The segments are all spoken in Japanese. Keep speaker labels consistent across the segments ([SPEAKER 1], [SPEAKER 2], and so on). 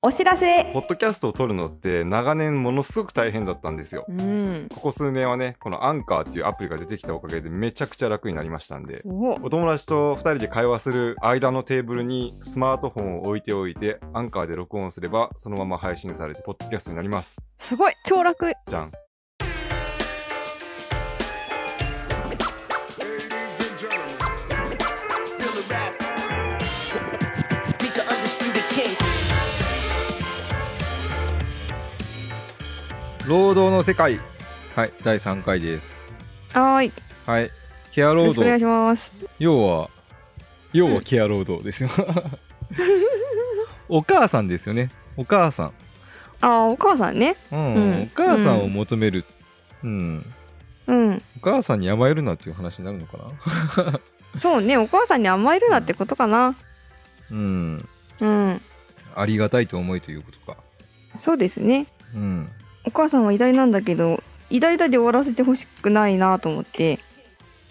[SPEAKER 1] お知らせ
[SPEAKER 2] ポッドキャストを撮るのって長年ものすごく大変だったんですよ。
[SPEAKER 1] うん。
[SPEAKER 2] ここ数年はね、このアンカーっていうアプリが出てきたおかげでめちゃくちゃ楽になりましたんで、
[SPEAKER 1] お
[SPEAKER 2] お友達と2人で会話する間のテーブルにスマートフォンを置いておいて、アンカーで録音すればそのまま配信されて、ポッドキャストになります。
[SPEAKER 1] すごい超楽
[SPEAKER 2] じゃん。
[SPEAKER 3] Ladies and gentlemen, Bill the Rap, be the undisputed king.
[SPEAKER 4] 労働の世界はい第3回です
[SPEAKER 1] はーい。よ
[SPEAKER 4] はいケア労
[SPEAKER 1] ろしくお願い
[SPEAKER 4] 働
[SPEAKER 1] します。
[SPEAKER 4] 要は要はケア労働です よお母さんですよねお母さん
[SPEAKER 1] ああ、お母さんね。
[SPEAKER 4] うん、
[SPEAKER 1] うん
[SPEAKER 4] お母さんを求めるうん、
[SPEAKER 1] うん。
[SPEAKER 4] お母さんに甘えるなっていう話になるのかな
[SPEAKER 1] そうね、お母さんに甘えるなってことかな。
[SPEAKER 4] うん
[SPEAKER 1] うん。
[SPEAKER 4] ありがたいと思いということか
[SPEAKER 1] そうですね。
[SPEAKER 4] うん
[SPEAKER 1] お母さんは偉大なんだけど、偉大だで終わらせてほしくないなと思って。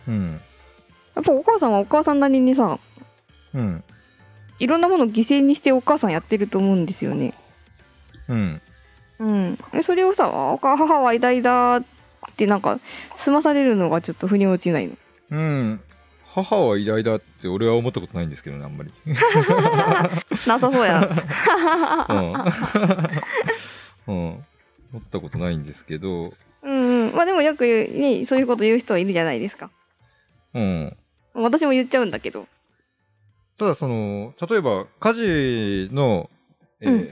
[SPEAKER 4] うん
[SPEAKER 1] やっぱお母さんはお母さんなりにさ、
[SPEAKER 4] うん
[SPEAKER 1] いろんなものを犠牲にしてお母さんやってると思うんですよね。
[SPEAKER 4] うん
[SPEAKER 1] うん。えそれをさ、あ母は偉大だってなんか、済まされるのがちょっと腑に落ちないの。
[SPEAKER 4] うん母は偉大だって俺は思ったことないんですけどねあんまり
[SPEAKER 1] なさそうやな。
[SPEAKER 4] うん、 うん、思ったことないんですけど
[SPEAKER 1] うんうん、まあでもよく言うね、そういうこと言う人はいるじゃないですか。
[SPEAKER 4] うん
[SPEAKER 1] 私も言っちゃうんだけど。
[SPEAKER 4] ただその例えば家事の、えー
[SPEAKER 1] うん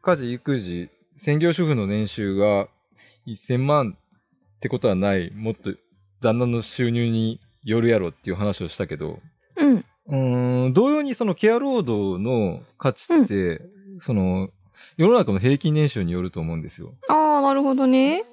[SPEAKER 4] 家事育児専業主婦の年収が1000万ってことはないもっと旦那の収入によるやろっていう話をしたけど
[SPEAKER 1] うん。
[SPEAKER 4] うーん同様にそのケア労働の価値って、その世の中の平均年収によると思うんですよ。
[SPEAKER 1] ああ、なるほどね。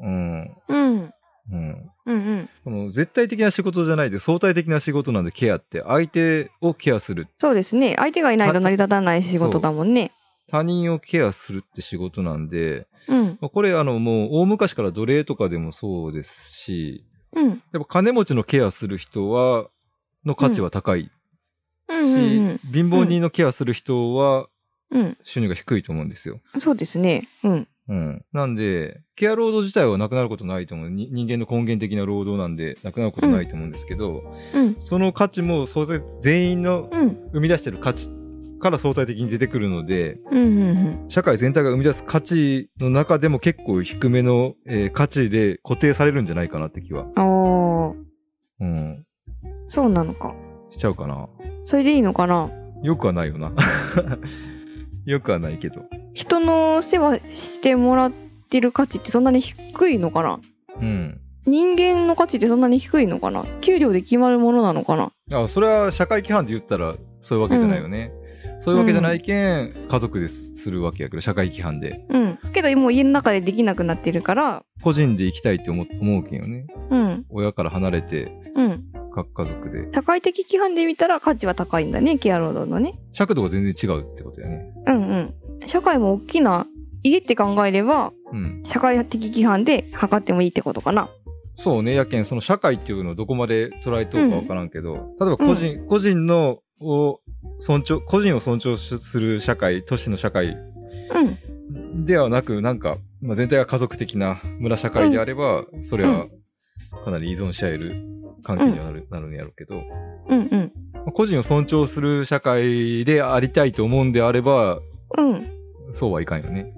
[SPEAKER 4] うん
[SPEAKER 1] うん。
[SPEAKER 4] うん、
[SPEAKER 1] うんうん。
[SPEAKER 4] この絶対的な仕事じゃないで相対的な仕事なんでケアって相手をケアする
[SPEAKER 1] そうですね。相手がいないと成り立たない仕事だもんね。
[SPEAKER 4] 他人をケアするって仕事なんで、
[SPEAKER 1] うん。
[SPEAKER 4] まあこれあのもう大昔から奴隷とかでもそうですし
[SPEAKER 1] うん。
[SPEAKER 4] やっぱ金持ちのケアする人はの価値は高いし、
[SPEAKER 1] うんうん
[SPEAKER 4] 貧乏人のケアする人は
[SPEAKER 1] うん。
[SPEAKER 4] 収入が低いと思うんですよ。
[SPEAKER 1] うん。そうですね。うん。
[SPEAKER 4] うん、なんでケア労働自体はなくなることないと思うに人間の根源的な労働なんでなくなることないと思うんですけど、
[SPEAKER 1] うん。
[SPEAKER 4] その価値も相対全員の
[SPEAKER 1] うん。
[SPEAKER 4] 生み出してる価値から相対的に出てくるので、
[SPEAKER 1] うんうん
[SPEAKER 4] 社会全体が生み出す価値の中でも結構低めの、えー価値で固定されるんじゃないかなって気
[SPEAKER 1] う
[SPEAKER 4] は、
[SPEAKER 1] ん。ああ、
[SPEAKER 4] うん、
[SPEAKER 1] そうなのか。
[SPEAKER 4] しちゃうかな。
[SPEAKER 1] それでいいのかな。
[SPEAKER 4] よくはないよな。 よくはないけど。
[SPEAKER 1] 人の世話してもらってる価値ってそんなに低いのかな
[SPEAKER 4] うん。
[SPEAKER 1] 人間の価値ってそんなに低いのかな給料で決まるものなのかな
[SPEAKER 4] あそれは社会規範で言ったらそういうわけじゃないよね。そういうわけじゃないけん、家族ですするわけやけど、社会規範で。
[SPEAKER 1] うん。けどもう家の中でできなくなってるから、
[SPEAKER 4] 個人で生きたいって思思うけんよね。
[SPEAKER 1] うん。
[SPEAKER 4] 親から離れて、
[SPEAKER 1] うん。
[SPEAKER 4] 各家族で。
[SPEAKER 1] 社会的規範で見たら価値は高いんだね、ケア労働のね。
[SPEAKER 4] 尺度が全然違うってことやね。
[SPEAKER 1] うんうん。社会も大きな家って考えれば、
[SPEAKER 4] うん。
[SPEAKER 1] 社会的規範で測ってもいいってことかな。
[SPEAKER 4] そうね、やけん、その社会っていうのをどこまで捉えとうかわからんけど、例えば個人、個人のを尊重、個人を尊重する社会、都市の社会
[SPEAKER 1] うん。
[SPEAKER 4] ではなく、なんか、まあ、全体が家族的な村社会であれば、それはかなり依存し合える関係にはなる,、なるんやろうけど、
[SPEAKER 1] うんうん。
[SPEAKER 4] まあ個人を尊重する社会でありたいと思うんであれば、
[SPEAKER 1] うん。
[SPEAKER 4] そうはいかんよね。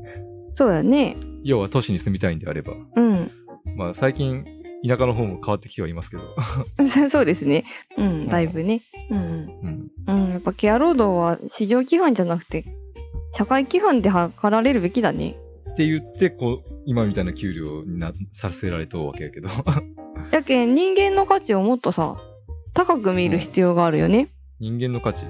[SPEAKER 1] そうやね。
[SPEAKER 4] 要は都市に住みたいんであれば。
[SPEAKER 1] うん。
[SPEAKER 4] まあ最近、田舎の方も変わってきてはいますけど。
[SPEAKER 1] そうですね。うん、だいぶね。うん。
[SPEAKER 4] うん
[SPEAKER 1] うん、やっぱケア労働は市場規範じゃなくて、社会規範で測られるべきだね。
[SPEAKER 4] って言ってこう今みたいな給料になさせられとうわけやけど
[SPEAKER 1] やけん、人間の価値をもっとさ、高く見る必要があるよね。
[SPEAKER 4] 人間の価値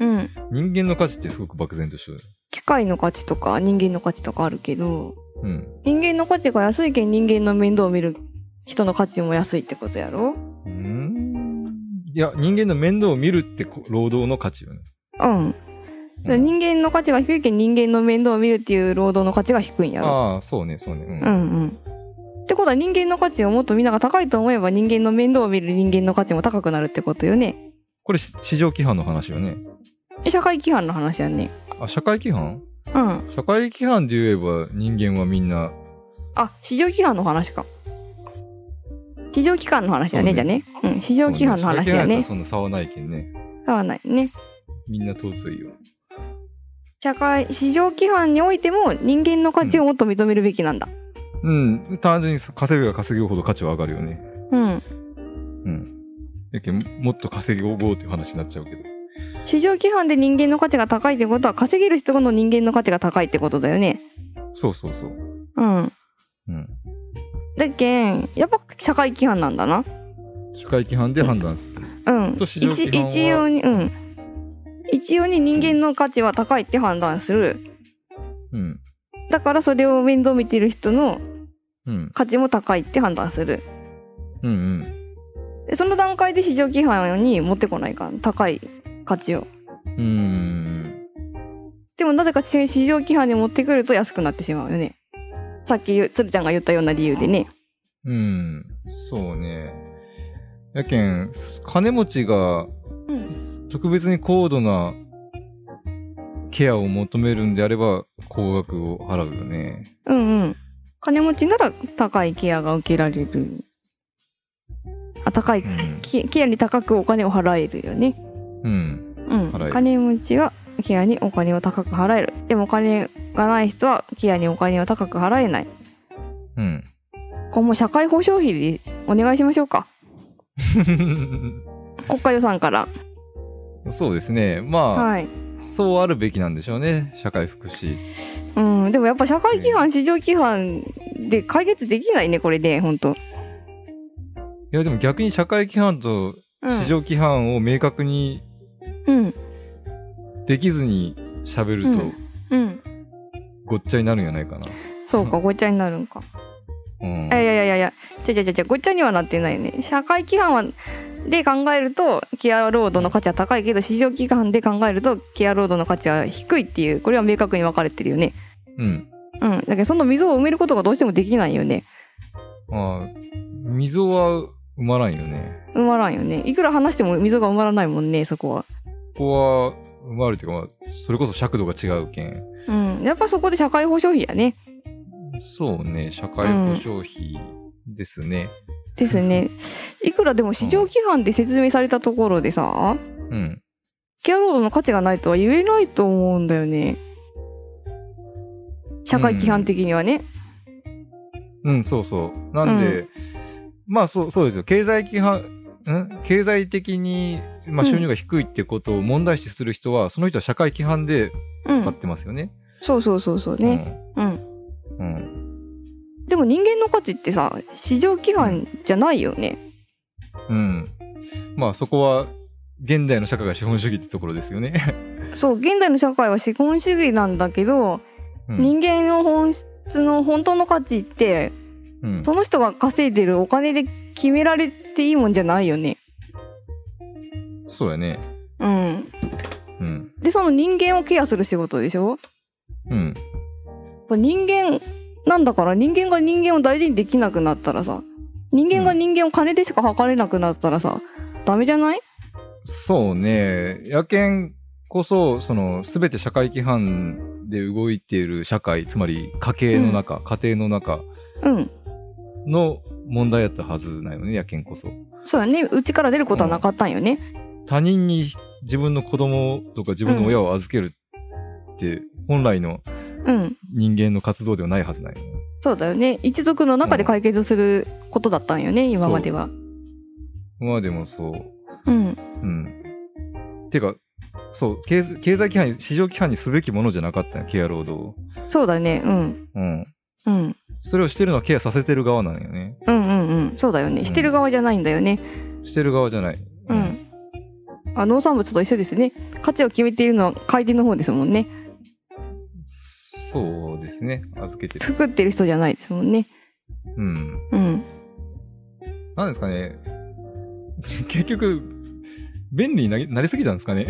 [SPEAKER 1] うん。
[SPEAKER 4] 人間の価値ってすごく漠然としてる
[SPEAKER 1] 機械の価値とか人間の価値とかあるけど
[SPEAKER 4] うん
[SPEAKER 1] 人間の価値が安いけん人間の面倒を見る人の価値も安いってことやろ
[SPEAKER 4] うーんいや人間の面倒を見るってこ労働の価値よね、
[SPEAKER 1] うん、
[SPEAKER 4] うん
[SPEAKER 1] 人間の価値が低いけん人間の面倒を見るっていう労働の価値が低いんやろ
[SPEAKER 4] ああそうねそうねうん、
[SPEAKER 1] うんうんってことは人間の価値をもっとみんなが高いと思えば人間の面倒を見る人間の価値も高くなるってことよね
[SPEAKER 4] これし市場規範の話よね
[SPEAKER 1] え社会規範の話やね
[SPEAKER 4] あ、社会規範
[SPEAKER 1] うん
[SPEAKER 4] 社会規範で言えば人間はみんな、
[SPEAKER 1] あ市場規範の話か市場規範の話やね
[SPEAKER 4] そうね
[SPEAKER 1] じゃねうん市場規範の話やね
[SPEAKER 4] そうね社会規範やったらそんな差はないけんね。
[SPEAKER 1] 合わないね
[SPEAKER 4] みんな通すよ。
[SPEAKER 1] 社会市場規範においても人間の価値をもっと認めるべきなんだ
[SPEAKER 4] うん、単純に稼げば稼ぐほど価値は上がるよね。
[SPEAKER 1] うん
[SPEAKER 4] うん。やけんもっと稼ごうっていう話になっちゃうけど。
[SPEAKER 1] 市場規範で人間の価値が高いってことは稼げる人の人間の価値が高いってことだよね
[SPEAKER 4] そうそうそう。
[SPEAKER 1] うん
[SPEAKER 4] うん。
[SPEAKER 1] だっけんやっぱ社会規範なんだな
[SPEAKER 4] 社会規範で判断する。
[SPEAKER 1] うん
[SPEAKER 4] と市場規範は
[SPEAKER 1] 一一様にうん一様に人間の価値は高いって判断する
[SPEAKER 4] うん。
[SPEAKER 1] だからそれを面倒見てる人の
[SPEAKER 4] うん。
[SPEAKER 1] 価値も高いって判断する
[SPEAKER 4] うんうん。
[SPEAKER 1] でその段階で市場規範に持ってこないから高い価値を
[SPEAKER 4] うーん。
[SPEAKER 1] でもなぜか市場規範に持ってくると安くなってしまうよねさっきゆつるちゃんが言ったような理由でね
[SPEAKER 4] うん。そうね。やけん、金持ちが
[SPEAKER 1] うん
[SPEAKER 4] 特別に高度なケアを求めるんであれば、高額を払うよね。
[SPEAKER 1] うんうん金持ちなら高いケアが受けられるあ高い、
[SPEAKER 4] うん。
[SPEAKER 1] ケケアに高くお金を払えるよね
[SPEAKER 4] うん。
[SPEAKER 1] うん
[SPEAKER 4] 払える
[SPEAKER 1] 金持ちはケアにお金を高く払えるでもお金がない人はケアにお金を高く払えない
[SPEAKER 4] うん。
[SPEAKER 1] これもう社会保障費でお願いしましょうか国家予算から
[SPEAKER 4] そうですね。まあ、
[SPEAKER 1] はい
[SPEAKER 4] そうあるべきなんでしょうね。社会福祉。
[SPEAKER 1] うんでもやっぱ社会規範市場規範で解決できないねこれね本当
[SPEAKER 4] いや、でも逆に社会規範と
[SPEAKER 1] うん
[SPEAKER 4] 市場規範を明確に
[SPEAKER 1] うん
[SPEAKER 4] できずに喋る
[SPEAKER 1] う
[SPEAKER 4] と
[SPEAKER 1] んうん
[SPEAKER 4] ごっちゃになるんじゃないかな。
[SPEAKER 1] そうかごっちゃになるんか
[SPEAKER 4] うん。
[SPEAKER 1] いやいやいやいやじゃじゃじゃじゃごっちゃにはなってないね社会規範はで考えるとケア労働の価値は高いけど市場規範で考えるとケア労働の価値は低いっていうこれは明確に分かれてるよね
[SPEAKER 4] うん。
[SPEAKER 1] うんだけどその溝を埋めることがどうしてもできないよね
[SPEAKER 4] ああ、溝は埋まらんよね。
[SPEAKER 1] 埋まらんよねいくら話しても溝が埋まらないもんねそこは
[SPEAKER 4] ここは埋まるというか、まあ、それこそ尺度が違うけん。
[SPEAKER 1] うんやっぱそこで社会保障費やね
[SPEAKER 4] そうね。社会保障費ですね。
[SPEAKER 1] ですね。いくらでも市場規範で説明されたところでさ、
[SPEAKER 4] うん。
[SPEAKER 1] ケアロードの価値がないとは言えないと思うんだよね。社会規範的にはね。
[SPEAKER 4] うん、そうそう。なんで、まあそうそうですよ。経済規範、ん経済的に、まあ、収入が低いってことを問題視する人は、その人は社会規範で
[SPEAKER 1] うん。
[SPEAKER 4] 買ってますよね。
[SPEAKER 1] そうそうそうそうね。うん。
[SPEAKER 4] うん。うん。
[SPEAKER 1] でも人間の価値ってさ、市場規範じゃないよね。
[SPEAKER 4] うん。まあそこは、現代の社会が資本主義ってところですよね。
[SPEAKER 1] そう、現代の社会は資本主義なんだけど、
[SPEAKER 4] うん
[SPEAKER 1] 人間の本質の本当の価値って、
[SPEAKER 4] うん
[SPEAKER 1] その人が稼いでるお金で決められていいもんじゃないよね。
[SPEAKER 4] そうやね。
[SPEAKER 1] うん。
[SPEAKER 4] うん。
[SPEAKER 1] で、その人間をケアする仕事でしょ
[SPEAKER 4] うん。
[SPEAKER 1] これ人間なんだから人間が人間を大事にできなくなったらさ人間が人間を金でしか測れなくなったらさ、ダメじゃない
[SPEAKER 4] そうね。野犬こそ、その、すべて社会規範で動いている社会、つまり家計の中、家庭の中
[SPEAKER 1] うん
[SPEAKER 4] の問題やったはずなよね、野犬こそ。
[SPEAKER 1] そうやねうちから出ることはなかったんよね
[SPEAKER 4] 他人に自分の子供とか自分の親を預けるって、本来の
[SPEAKER 1] うん、
[SPEAKER 4] 人間の活動ではないはずなよね。
[SPEAKER 1] そうだよね一族の中で解決することだったんよね、
[SPEAKER 4] ん
[SPEAKER 1] 今までは
[SPEAKER 4] まあでもそう。
[SPEAKER 1] うん
[SPEAKER 4] うん。てか、そう、経済経済規範に、市場規範にすべきものじゃなかったよ、ケア労働を。
[SPEAKER 1] そうだねうん
[SPEAKER 4] うん。
[SPEAKER 1] うん
[SPEAKER 4] それをしてるのはケアさせてる側なんよね。
[SPEAKER 1] うんうんうんそうだよ
[SPEAKER 4] う
[SPEAKER 1] ね
[SPEAKER 4] ん
[SPEAKER 1] してる側じゃないんだよね
[SPEAKER 4] してる側じゃない。
[SPEAKER 1] うん、あ農産物と一緒ですね価値を決めているのは買い手の方ですもんね
[SPEAKER 4] そうですね。預けてる。
[SPEAKER 1] 作ってる人じゃないですもんね
[SPEAKER 4] うん。
[SPEAKER 1] うん
[SPEAKER 4] なんですかね。 結局、便利になりなりすぎたんですかね。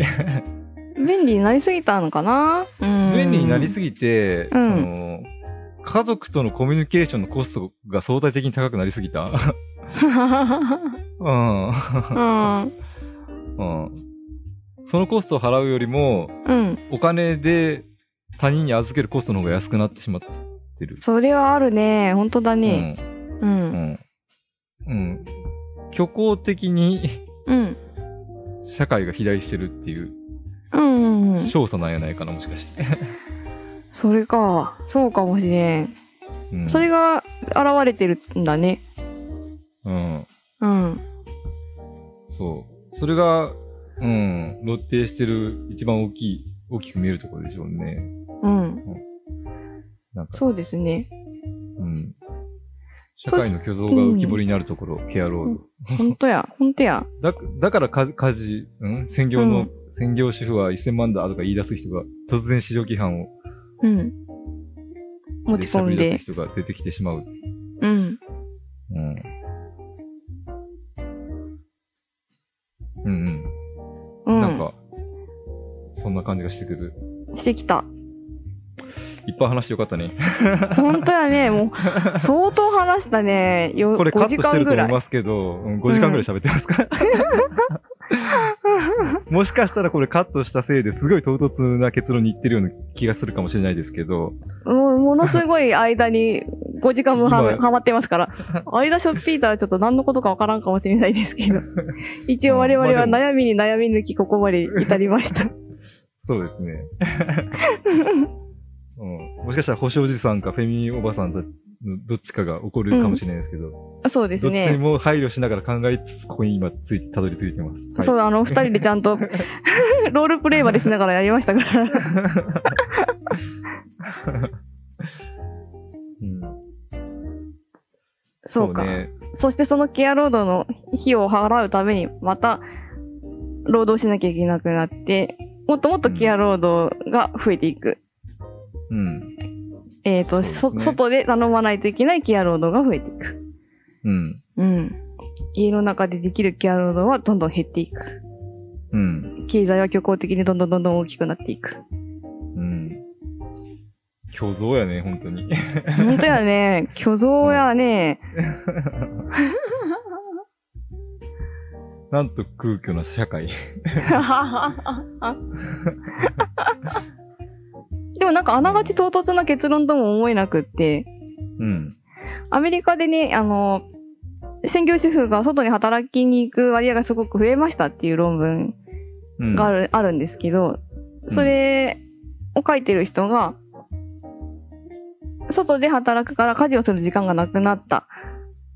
[SPEAKER 1] 便利になりすぎたのかな、うん、
[SPEAKER 4] 便利になり
[SPEAKER 1] ぎ
[SPEAKER 4] すぎて、
[SPEAKER 1] うん
[SPEAKER 4] その、家族とのコミュニケーションのコストが相対的に高くなりすぎた。
[SPEAKER 1] うん
[SPEAKER 4] うん。うん。そのコストを払うよりも、
[SPEAKER 1] うん。
[SPEAKER 4] お金で他人に預けるコストの方が安くなってしまってる。
[SPEAKER 1] それはあるね。本当だね。う。
[SPEAKER 4] うんん。うん。うん。虚構的に
[SPEAKER 1] うん。
[SPEAKER 4] 社会が肥大してるっていう
[SPEAKER 1] うんうんうん。
[SPEAKER 4] 少佐なんやないかな、もしかして。
[SPEAKER 1] それか。そうかもしれん。
[SPEAKER 4] う ん、
[SPEAKER 1] それ
[SPEAKER 4] が、
[SPEAKER 1] が現れてるんだね。
[SPEAKER 4] うん。
[SPEAKER 1] うん。
[SPEAKER 4] そう。それが、うん、露呈してる一番大きい、大きく見えるところでしょうね。
[SPEAKER 1] うん。
[SPEAKER 4] なんか、
[SPEAKER 1] そうですね。
[SPEAKER 4] うん。社会の虚像が浮き彫りになるところ、ケアロード。
[SPEAKER 1] 本当 や。本当や。
[SPEAKER 4] だだからか家事、うん、専業
[SPEAKER 1] う
[SPEAKER 4] の、
[SPEAKER 1] ん
[SPEAKER 4] 専業主婦は1000万だとか言い出す人が、突然市場規範を
[SPEAKER 1] うん。持ち込ん
[SPEAKER 4] しゃべり出
[SPEAKER 1] で。
[SPEAKER 4] す人が出てきてしまう。
[SPEAKER 1] うん。
[SPEAKER 4] うん。う
[SPEAKER 1] う
[SPEAKER 4] んうん。
[SPEAKER 1] ん。
[SPEAKER 4] なんか、そんな感じがしてくる。
[SPEAKER 1] してきた。
[SPEAKER 4] いっぱい話してよかったね。
[SPEAKER 1] 本当やね。もう、相当話したね。よ
[SPEAKER 4] これカ
[SPEAKER 1] 5
[SPEAKER 4] ッ
[SPEAKER 1] 時
[SPEAKER 4] トして
[SPEAKER 1] 間
[SPEAKER 4] ると
[SPEAKER 1] ぐ
[SPEAKER 4] 思
[SPEAKER 1] ら
[SPEAKER 4] い
[SPEAKER 1] い。
[SPEAKER 4] ますけど、うん5時間ぐらい喋ってますから。 もしかしたらこれカットしたせいですごい唐突な結論にいってるような気がするかもしれないですけど、
[SPEAKER 1] もうものすごい間に5時間分は
[SPEAKER 4] 今
[SPEAKER 1] はまってます から、間ショッピーターはちょっと何のことかわからんかもしれないです けど、一応我々は
[SPEAKER 4] まあ
[SPEAKER 1] 悩みに悩み抜きここまで至りました。
[SPEAKER 4] そうですね。うん、もしかしたら星おじさんかフェミおばさんたちのどっちかが起こるかもしれないですけど、
[SPEAKER 1] そうです
[SPEAKER 4] どっちに
[SPEAKER 1] ね。
[SPEAKER 4] も配慮しながら考えつつ、ここに今ついて、たどり着いてます。はい
[SPEAKER 1] そう、あの、二人でちゃん とロールプレイまでしながらやりましたから。
[SPEAKER 4] うん、
[SPEAKER 1] そうか。
[SPEAKER 4] ね。
[SPEAKER 1] そしてそのケア労働の費用を払うためにまた労働しなきゃいけなくなってもっともっとケア労働が増えていく、
[SPEAKER 4] うん。
[SPEAKER 1] えっ、
[SPEAKER 4] そう
[SPEAKER 1] と
[SPEAKER 4] ですね
[SPEAKER 1] そ外で頼まないといけないケア労働が増えていく
[SPEAKER 4] うん。
[SPEAKER 1] うん家の中でできるケア労働はどんどん減っていく
[SPEAKER 4] うん。
[SPEAKER 1] 経済は虚構的にどんどんどんどん大きくなってい く
[SPEAKER 4] うん。虚像やね、本当に。
[SPEAKER 1] 本当やね虚像やね、
[SPEAKER 4] なんと空虚な社会。
[SPEAKER 1] でもなんかあながち唐突な結論とも思えなくって、
[SPEAKER 4] うん。
[SPEAKER 1] アメリカでね、あの、専業主婦が外に働きに行く割合がすごく増えましたっていう論文
[SPEAKER 4] うん。
[SPEAKER 1] がある,、あるんですけど、それを書いてる人が、外で働くから家事をする時間がなくなった。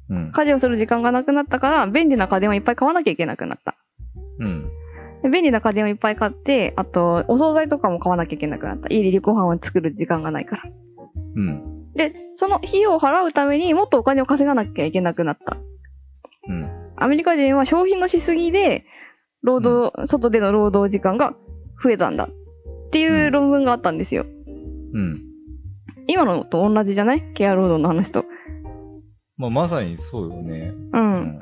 [SPEAKER 4] うん。
[SPEAKER 1] 家事をする時間がなくなったから、便利な家電をいっぱい買わなきゃいけなくなった。
[SPEAKER 4] うん。
[SPEAKER 1] で便利な家電をいっぱい買って、あと、お惣菜とかも買わなきゃいけなくなった。家でご飯を作る時間がないから。
[SPEAKER 4] うん。
[SPEAKER 1] で、その費用を払うためにもっとお金を稼がなきゃいけなくなった。
[SPEAKER 4] うん。
[SPEAKER 1] アメリカ人は消費のしすぎで、労働、外での労働時間が増えたんだっていう論文があったんですよ。
[SPEAKER 4] うん。
[SPEAKER 1] 今のと同じじゃないケア労働の話と。
[SPEAKER 4] まあ、まさにそうよね。
[SPEAKER 1] う。。
[SPEAKER 4] うん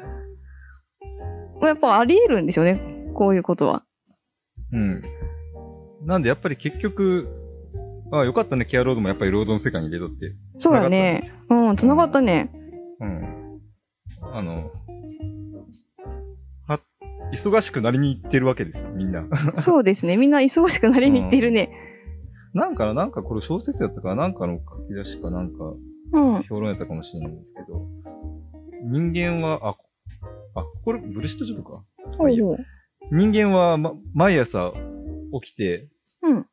[SPEAKER 1] やっぱあり得るんでしょうね。こういうことは。
[SPEAKER 4] うん。なんで、やっぱり結局、ああ、よかったね、ケアロードもやっぱり労働の世界に入れとって。
[SPEAKER 1] そうだね。うん、繋がったね。
[SPEAKER 4] うん。あの、は、忙しくなりに行ってるわけですよ、みんな。
[SPEAKER 1] そうですね。みんな忙しくなりに行ってるね。
[SPEAKER 4] なんかな、なんかこれ小説やったかな、なんかの書き出しかなんか、
[SPEAKER 1] うん。
[SPEAKER 4] 評論やったかもしれないんですけど、人間は、あ、あ、これ、ブルシットジョブか。
[SPEAKER 1] ほう
[SPEAKER 4] いいや
[SPEAKER 1] ほう
[SPEAKER 4] 人間は、ま、毎朝起きて、
[SPEAKER 1] うん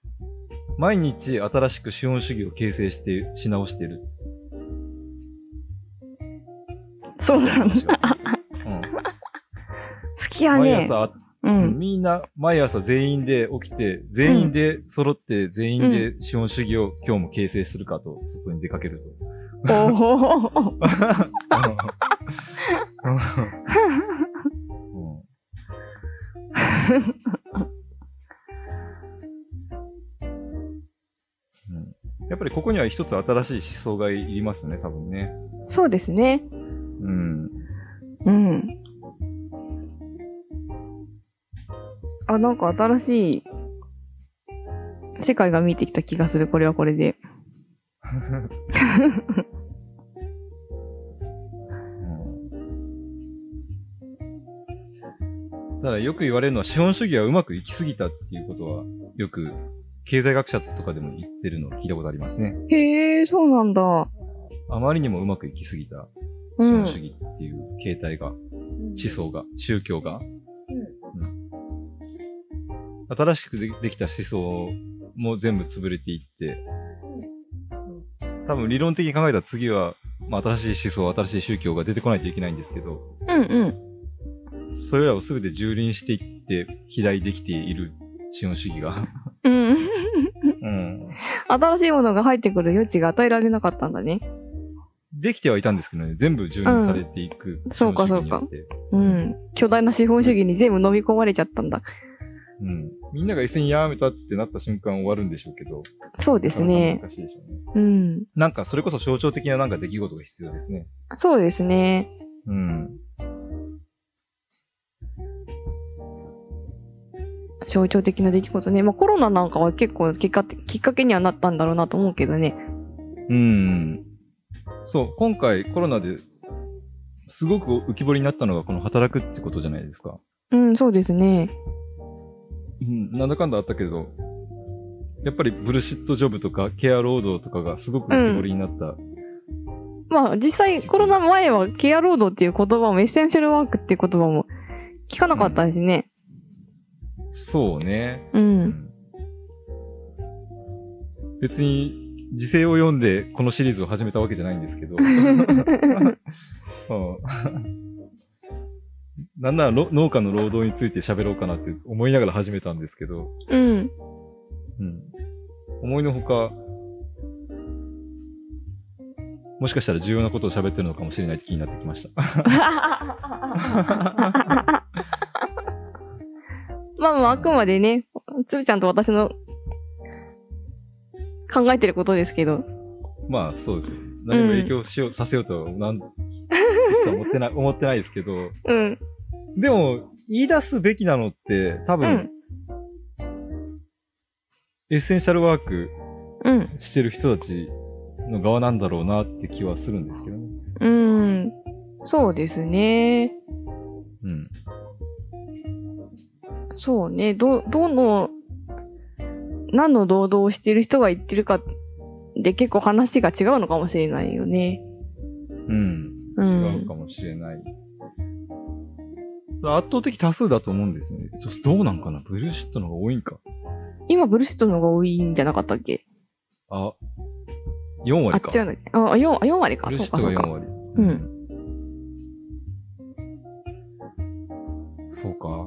[SPEAKER 4] 毎日新しく資本主義を形成して、し直してる
[SPEAKER 1] そうなんだ。
[SPEAKER 4] 話があったんで すよ。
[SPEAKER 1] 好き
[SPEAKER 4] う
[SPEAKER 1] や
[SPEAKER 4] ん、毎
[SPEAKER 1] ね。
[SPEAKER 4] 朝
[SPEAKER 1] う
[SPEAKER 4] うん
[SPEAKER 1] ん。
[SPEAKER 4] みんな毎朝全員で起きて、全員で揃って、全員で資本主義を今日も形成するかと、外に出かけると。
[SPEAKER 1] おほ
[SPEAKER 4] うんうんやっぱりここには一つ新しい思想がいりますね、多分ね。
[SPEAKER 1] そうですね。
[SPEAKER 4] うん。
[SPEAKER 1] うん。あ、なんか新しい世界が見えてきた気がする、これはこれで。
[SPEAKER 4] うんただよく言われるのは資本主義はうまくいきすぎたっていうことはよく経済学者とかでも言ってるのを聞いたことありますね。
[SPEAKER 1] へえ、そうなんだ。
[SPEAKER 4] あまりにもうまくいきすぎた
[SPEAKER 1] う
[SPEAKER 4] 資本
[SPEAKER 1] ん。
[SPEAKER 4] 主義っていう形態が、
[SPEAKER 5] 思
[SPEAKER 4] 思想が、宗教が、新しくでできた思想も全部潰れていって、多分理論的に考えたら次は、まあ、新しい思想、新しい宗教が出てこないといけないんですけど、
[SPEAKER 1] うんうん。
[SPEAKER 4] それらを全て蹂躙していって、肥大できている資本主義が。
[SPEAKER 1] うん。
[SPEAKER 4] うん。
[SPEAKER 1] 新しいものが入ってくる余地が与えられなかったんだね。
[SPEAKER 4] できてはいたんですけどね、全部蹂躙されていく
[SPEAKER 1] ん
[SPEAKER 4] 資本主義
[SPEAKER 1] そうかそう
[SPEAKER 4] に
[SPEAKER 1] か
[SPEAKER 4] よって。
[SPEAKER 1] うん。巨大な資本主義に全部飲み込まれちゃったんだ。
[SPEAKER 4] うん。みんなが一斉にやめたってなった瞬間終わるんでしょうけど、
[SPEAKER 1] そうですね。
[SPEAKER 4] 難しいでしょうね。
[SPEAKER 1] うん。
[SPEAKER 4] なんか、それこそ象徴的ななんか出来事が必要ですね。
[SPEAKER 1] そうですね。
[SPEAKER 4] うん。
[SPEAKER 1] 象徴的な出来事ね。まあコロナなんかは結構結果的きっかけにはなったんだろうなと思うけどね。
[SPEAKER 4] うん。そう、今回コロナですごく浮き彫りになったのがこの働くってことじゃないですか。
[SPEAKER 1] うん、そうですね。
[SPEAKER 4] うん、なんだかんだあったけど、やっぱりブルシットジョブとかケア労働とかがすごく浮き彫りになった。
[SPEAKER 1] まあ実際コロナ前はケア労働っていう言葉もエッセンシャルワークっていう言葉も聞かなかったですね。
[SPEAKER 4] そうね。
[SPEAKER 1] うん。
[SPEAKER 4] 別に、時勢を読んでこのシリーズを始めたわけじゃないん です けど。うんなんならろ農家の労働について喋ろうかなって思いながら始めたんですけど、
[SPEAKER 1] うん。
[SPEAKER 4] うん、思いのほか、もしかしたら重要なことを喋ってるのかもしれないって気になってきました。
[SPEAKER 1] まあまあ、あくまでね、つるちゃんと私の考えてることですけど。
[SPEAKER 4] まあそうですよ。何も影響しよう、させようとはなん一切思って ない思ってないですけど、
[SPEAKER 1] うん。
[SPEAKER 4] でも言い出すべきなのって多
[SPEAKER 1] う
[SPEAKER 4] 分、
[SPEAKER 1] ん。
[SPEAKER 4] エッセンシャルワーク
[SPEAKER 1] うん。
[SPEAKER 4] してる人たちの側なんだろうなって気はするんですけどね。
[SPEAKER 1] うん。そうですね。
[SPEAKER 4] うん。
[SPEAKER 1] そうね。ど、どの、何の堂々をしてる人が言ってるかで結構話が違うのかもしれないよね。
[SPEAKER 4] うん。
[SPEAKER 1] う
[SPEAKER 4] 違うんか。もしれない。圧倒的多数だと思うんですよね。ちょっとどうなんかなブルーシットの方が多いんか。
[SPEAKER 1] 今、ブルシットの方が多いんじゃなかったっけ
[SPEAKER 4] あ、4
[SPEAKER 1] あ
[SPEAKER 4] 割
[SPEAKER 1] っ
[SPEAKER 4] か。
[SPEAKER 1] ちはね。あ、4, 4割か。
[SPEAKER 4] ブ
[SPEAKER 1] そ
[SPEAKER 4] ルー
[SPEAKER 1] う
[SPEAKER 4] シッ
[SPEAKER 1] か、そ
[SPEAKER 4] トが
[SPEAKER 1] うか。
[SPEAKER 4] 4割。
[SPEAKER 1] うん。
[SPEAKER 4] そうか。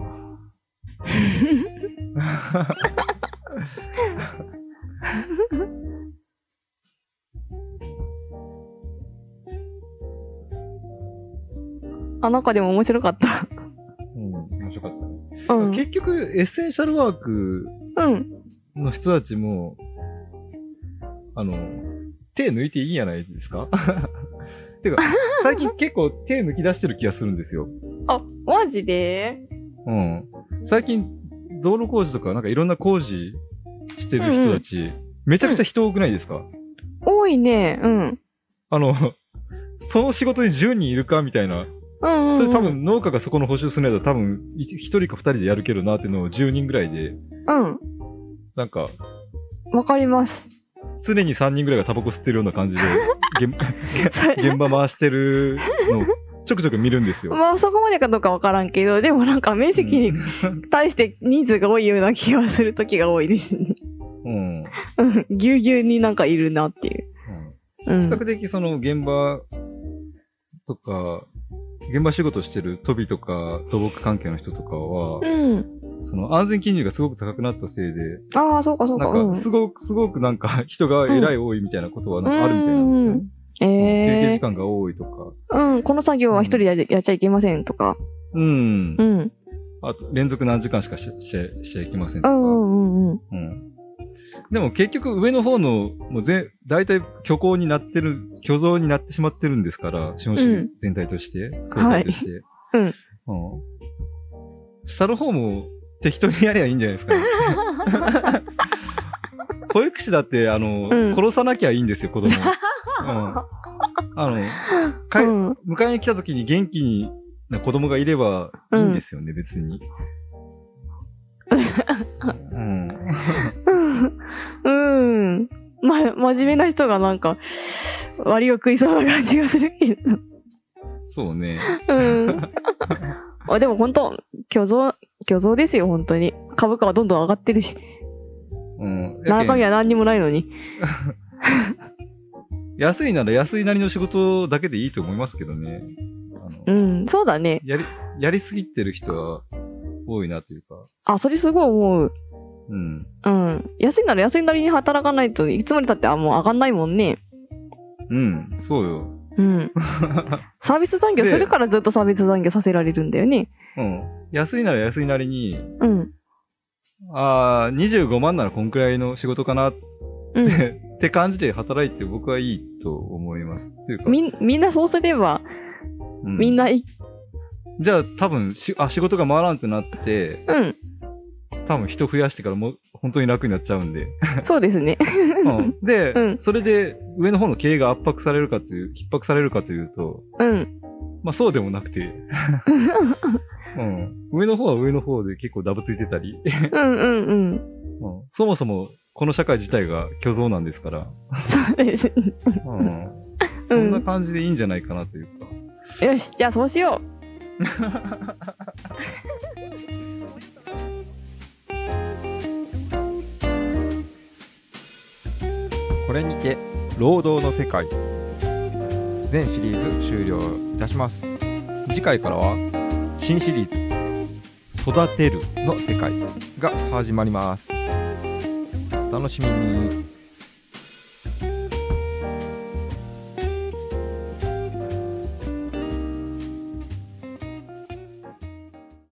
[SPEAKER 1] あ、なんかでも面白かった。
[SPEAKER 4] うん、面白かったね。
[SPEAKER 1] うん。
[SPEAKER 4] 結局、エッセンシャルワーク
[SPEAKER 1] うん。
[SPEAKER 4] の人たちも、あの、手抜いていいんじゃないですか てか、最近結構手抜き出してる気がするんですよ。
[SPEAKER 1] あ、マジで
[SPEAKER 4] うん。最近、道路工事とか、なんかいろんな工事してる人たち、めちゃくちゃ人多くないですか、
[SPEAKER 1] 多いね。うん。
[SPEAKER 4] あの、その仕事に10人いるかみたいな。
[SPEAKER 1] うん、うん。
[SPEAKER 4] それ多。分農家がそこの補修するのやったら多分1人か2人でやるけどなっていうのを10人ぐらいで、
[SPEAKER 1] う
[SPEAKER 4] なんか
[SPEAKER 1] ん。わかります。
[SPEAKER 4] 常に3人ぐらいがタバコ吸ってるよう な感じで
[SPEAKER 1] それ
[SPEAKER 4] 現現場回してるのをちょくちょく見るんで すよ。
[SPEAKER 1] まあそこまでかどうかわからんけど、でもなんか面積に対して人数が多いような気がする時が多いですね。
[SPEAKER 4] うん。うん
[SPEAKER 1] うん。ぎゅうぎゅうになんかいるなっていう。う
[SPEAKER 4] 比
[SPEAKER 1] ん。
[SPEAKER 4] 較的その現場とか、現場仕事してるトビとか土木関係の人とかは、
[SPEAKER 1] うん。
[SPEAKER 4] その安全基準がすごく高くなったせいで、
[SPEAKER 1] ああ、そうかそうか。
[SPEAKER 4] な
[SPEAKER 1] う
[SPEAKER 4] んか、
[SPEAKER 1] ん。
[SPEAKER 4] すごく、すごくなんか、人が偉い多いみたいなことはなんかあるみたいなんですね。
[SPEAKER 1] え
[SPEAKER 4] 休憩時
[SPEAKER 1] え
[SPEAKER 4] 間が多いとか。
[SPEAKER 1] ー。うん。この作業は一人でやっちゃいけませんとか。
[SPEAKER 4] うん
[SPEAKER 1] う。ん。
[SPEAKER 4] あと、連続何時間しかしししちゃいけません
[SPEAKER 1] う
[SPEAKER 4] とか。
[SPEAKER 1] んうんうん
[SPEAKER 4] うん。でも結局上の方の、もうぜ、大体虚構になってる、虚像になってしまってるんですから、資本主義全体として、総体として。
[SPEAKER 1] はい
[SPEAKER 4] うん。下の方も適当にやればいいんじゃないですか、ね。保育士だって、あの、
[SPEAKER 1] うん
[SPEAKER 4] 殺さなきゃいいんですよ、子供を。うん。あの、
[SPEAKER 1] う
[SPEAKER 4] かい
[SPEAKER 1] ん。
[SPEAKER 4] 迎えに来た時に元気にな子供がいればいいんですよね、別に。うん。
[SPEAKER 1] うん。うん。ま、真面目な人がなんか、割を食いそうな感じがするけど。
[SPEAKER 4] そうね。
[SPEAKER 1] うん。あでも本当、虚像、虚像ですよ、本当に。株価はどんどん上がってるし、
[SPEAKER 4] うん。やけん
[SPEAKER 1] 中身は何にもないのに。
[SPEAKER 4] 安いなら安いなりの仕事だけでいいと思いますけどね。あの
[SPEAKER 1] うん、そうだね。
[SPEAKER 4] やり、やりすぎてる人は多いなというか。
[SPEAKER 1] あ、それすごい思う。
[SPEAKER 4] うん。
[SPEAKER 1] うん。安いなら安いなりに働かないといつまでたってあもう上がんないもんね。
[SPEAKER 4] うん、そうよ。
[SPEAKER 1] うん。サービス残業
[SPEAKER 4] です
[SPEAKER 1] るからずっとサービス残業させられるんだよね。
[SPEAKER 4] うん。安いなら安いなりに、
[SPEAKER 1] うん。
[SPEAKER 4] ああ、25万ならこんくらいの仕事かなっ
[SPEAKER 1] うん、
[SPEAKER 4] て、って感じで働いて僕はいいと思います。っていうか、
[SPEAKER 1] みみんなそうすれば、
[SPEAKER 4] う
[SPEAKER 1] みん。ない、
[SPEAKER 4] じゃあ多分しあ、仕事が回らんってなって、
[SPEAKER 1] うん、
[SPEAKER 4] 多分人増やしてからもう本当に楽になっちゃうんで。
[SPEAKER 1] そうですね。
[SPEAKER 4] うんで、
[SPEAKER 1] うん
[SPEAKER 4] それで上の方の経営が圧迫されるかという、逼迫されるかというと、
[SPEAKER 1] うん。
[SPEAKER 4] まあそうでもなくて、 うん、上の方は上の方で結構ダブついてたり、うん
[SPEAKER 1] うんうんうん。
[SPEAKER 4] そもそもこの社会自体が虚像なんですから、
[SPEAKER 1] そうです。
[SPEAKER 4] うん、
[SPEAKER 1] う。
[SPEAKER 4] そんなん感じでいいんじゃないかなというか。
[SPEAKER 1] よし、じゃあそうしよう。
[SPEAKER 2] これにて労働の世界全シリーズ終了いたします次回からは新シリーズ「育てる」の世界が始まりますお楽しみに